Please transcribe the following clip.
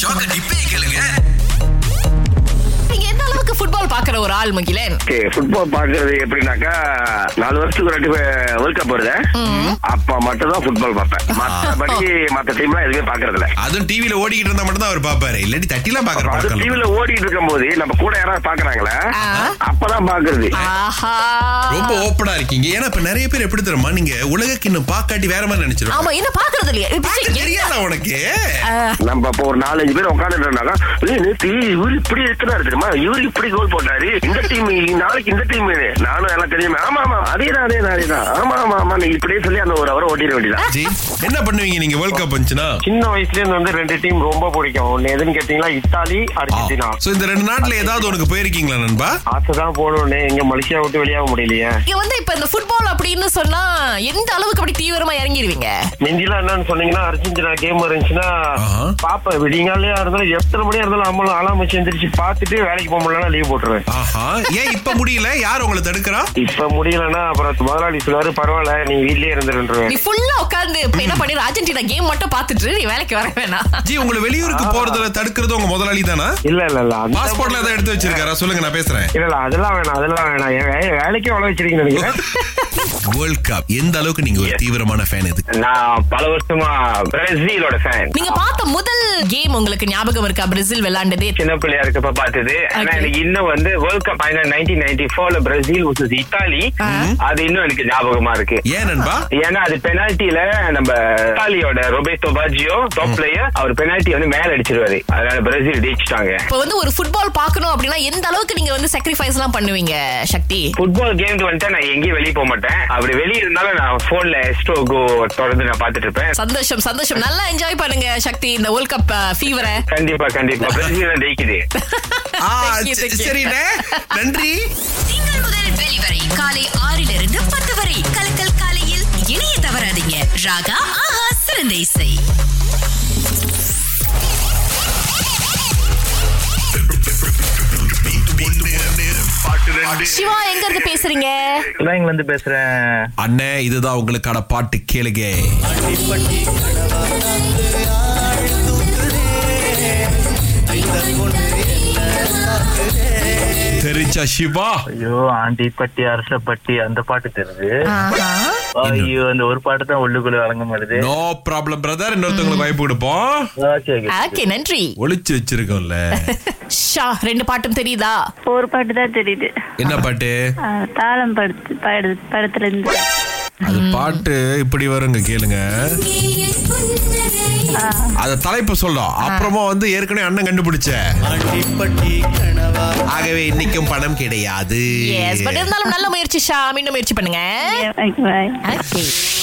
ஷாக்க டிப்பே கேளுங்க நீங்க எந்த அளவுக்கு ஃபுட்பால் பாக்குற ஒரு ஆள் மகிழன் ஓகே ஃபுட்பால் பாக்குறது எப்படின்னாக்கா நாலு வருஷத்துக்கு ஒரு ரெண்டு வேர்ல்ட் கப் வருது அப்ப மட்டும் தான் ஃபுட்பால் பார்ப்பேன் மற்றபடி மத்த டீம்லாம் எதுவுமே பாக்குறது இல்ல அதுவும் டிவில ஓடிக்கிட்டு இருந்தா மட்டும் தான் அவர் பாப்பாரு இல்லாட்டி தட்டிலாம் பாக்குற அது பழக்கம் இல்ல. டிவில ஓடிட்டு இருக்கும்போது நம்ம கூட யாராவது பாக்குறாங்களா ஆ. அப்பதான் பாக்குறது ஆஹா ரொம்ப ஓப்பனா இருக்கீங்க ஏன்னா இப்ப நிறைய பேர் எப்படி தெரியுமா நீங்க உலக கிண்ணம் பாக்காட்டி வேற மாதிரி நினைச்சிருவாங்க ஆமா இன்னும் பாக்குறது இல்லையா இப்ப பாக்க சரி, என்ன- தெரியாதா உனக்கு நம்ம இப்போ ஒரு நாலஞ்சு பேர் உட்காந்துட்டோம்னாக்கா நேத்து இவரு இப்படி இருக்கிறாரு தெரியுமா இவரு இப்படி கோல் போட்டாரு இந்த டீம் நாளைக்கு இந்த டீம் நானும் எல்லாம் தெரியுமே ஆமா ஆமா அதே தான் அதே தான் அதே தான் ஆமா ஆமா ஆமா நீ இப்படியே சொல்லி அந்த ஒரு அவரை ஓட்டிட வேண்டியதான் ஜி என்ன பண்ணுவீங்க நீங்க வேர்ல்ட் கப் வந்துச்சுன்னா சின்ன வயசுல இருந்து வந்து ரெண்டு டீம் ரொம்ப பிடிக்கும் ஒண்ணு எதுன்னு கேட்டீங்களா இத்தாலி அர்ஜென்டினா சோ இந்த ரெண்டு நாட்டுல ஏதாவது உனக்கு போயிருக்கீங்களா நண்பா ஆசைதான் போகணும்னு எங்க மலேசியா விட்டு வெளியாக முடியலையே இங்க வந்து இப்ப இந்த ஃபுட்பால் அப்படின்னு சொன்னா எந்த அளவுக்கு அப்படி தீவிரமா இறங்கிடுவீங்க மிந்திலாம் என்னன்னு சொன்னீங்கன்னா அர்ஜென்டினா கேம் இருந்துச்சுன்னா ஆஹா. பாப்பேன் விடிங்காலையா இருந்தாலும் எத்தனை மணியா இருந்தாலும் அம்மளும் அலாமிச்சு எந்திரிச்சு பார்த்துட்டு வேலைக்கு போக முடியலன்னா லீவ் போட்டுருவேன் ஆஹா ஏன் இப்ப முடியல யார் உங்களை தடுக்கிறா இப்ப முடியலன்னா அப்புறம் முதலாளி சொல்லுவாரு பரவாயில்ல நீ வீட்லயே இருந்துருன்றேன் நீ ஃபுல்லா உட்கார்ந்து இப்ப என்ன பண்ணிரு அர்ஜென்டினா கேம் மட்டும் பாத்துட்டு இரு, நீ வேலைக்கு வர வேணாம் ஜி உங்களை வெளியூருக்கு போறதுல தடுக்கிறது உங்க முதலாளி தானா இல்ல இல்ல இல்ல அந்த பாஸ்போர்ட்ல ஏதாவது எடுத்து வச்சிருக்காரா சொல்லுங்க நான் பேசுறேன் இல்ல இல்ல அதெல்லாம் வேணாம் அதெல்லாம் வேணாம் என் வே- வேலைக்கே அவ்வளவு வச்சிருக்கீங்க நினைக்கிறேன் வேர்ல்ட் கப் எந்த அளவுக்கு நீங்க ஒரு தீவிரமான ஃபேன் இது நான் பல வருஷமா பிரேசிலோட ஃபேன் நீங்க பார்த்த முதல் கேம் உங்களுக்கு ஞாபகம் இருக்கா பிரேசில் விளையாண்டதே சின்ன பிள்ளையா இருக்கப்ப பார்த்தது ஆனா Okay. எனக்கு இன்னும் வந்து world cup final nineteen ninety ஃபோர்ல பிரேசில் vs இத்தாலி அது இன்னும் எனக்கு ஞாபகமா இருக்கு ஏன் நண்பா ஏன்னா அது பெனால்ட்டில நம்ம இத்தாலியோட ரொபேட்டோ பாஜியோ டாப் பிளேயர் அவர் பெனால்ட்டி வந்து மேல அடிச்சிருவாரு அதனால பிரேசில் ஜெயிச்சிட்டாங்க இப்ப வந்து ஒரு ஃபுட்பால் பார்க்கணும் அப்படின்னா எந்த அளவுக்கு நீங்க வந்து sacrifice எல்லாம் பண்ணுவீங்க சக்தி ஃபுட்பால் கேம் வந்துட்டு நான் எங்கேயும் வெளியே போக மாட்டேன் அப்படி வெளியே இருந்தாலும் நான் போன்ல எஸ்ட்ரோ கோ தொடர்ந்து நான் பாத்துட்டு இருப்பேன் சந்தோஷம் சந்தோஷம் நல்லா என்ஜாய் பண்ணுங்க சக்தி இந்த வேர்ல்ட் கப் ஃபீவரை கண்டிப்பா கண்டிப்பா பிரேசில் தான் ஜெயிக்குது ஆ, Thank you, சரி- thank you. சரிண்ணே நன்றி திங்கள் முதல் வெளிவரை காலை ஆறிலிருந்து பத்து வரை கலக்கல் காலையில் இணைய தவறாதீங்க ராகா ஆஹா சிறந்த இசை சிவா எங்க இருந்து பேசுறீங்க சிலாங்ல இருந்து பேசுறேன் அண்ணே இதுதான் உங்களுக்கான பாட்டு கேளுங்க தெரிஞ்சா சிவா ஐயோ ஆண்டிப்பட்டி அரசப்பட்டி அந்த பாட்டு தெரியுது ஐயோ அந்த ஒரு பாட்டு தான் உள்ளுக்குள்ள வழங்க மாட்டுது நோ ப்ராப்ளம் பிரதர் இன்னொருத்தவங்களுக்கு வாய்ப்பு கொடுப்போம் ஓகே ஓகே நன்றி ஒளிச்சு வச்சிருக்கோம்ல ஷா ரெண்டு பாட்டும் தெரியுதா ஒரு பாட்டு தான் தெரியுது என்ன பாட்டு ஆ, தாளம் படுத்து பாடு படத்துல இருந்து அது பாட்டு இப்படி வருங்க கேளுங்க அத தலைப்பு சொல்லும் அப்புறமா வந்து ஏற்கனவே அண்ணன் கண்டுபிடிச்ச ஆகவே இன்னைக்கும் பணம் கிடையாது எஸ் பட் இருந்தாலும் நல்ல முயற்சி ஷா மீண்டும் முயற்சி பண்ணுங்க ஓகே பாய் Okay.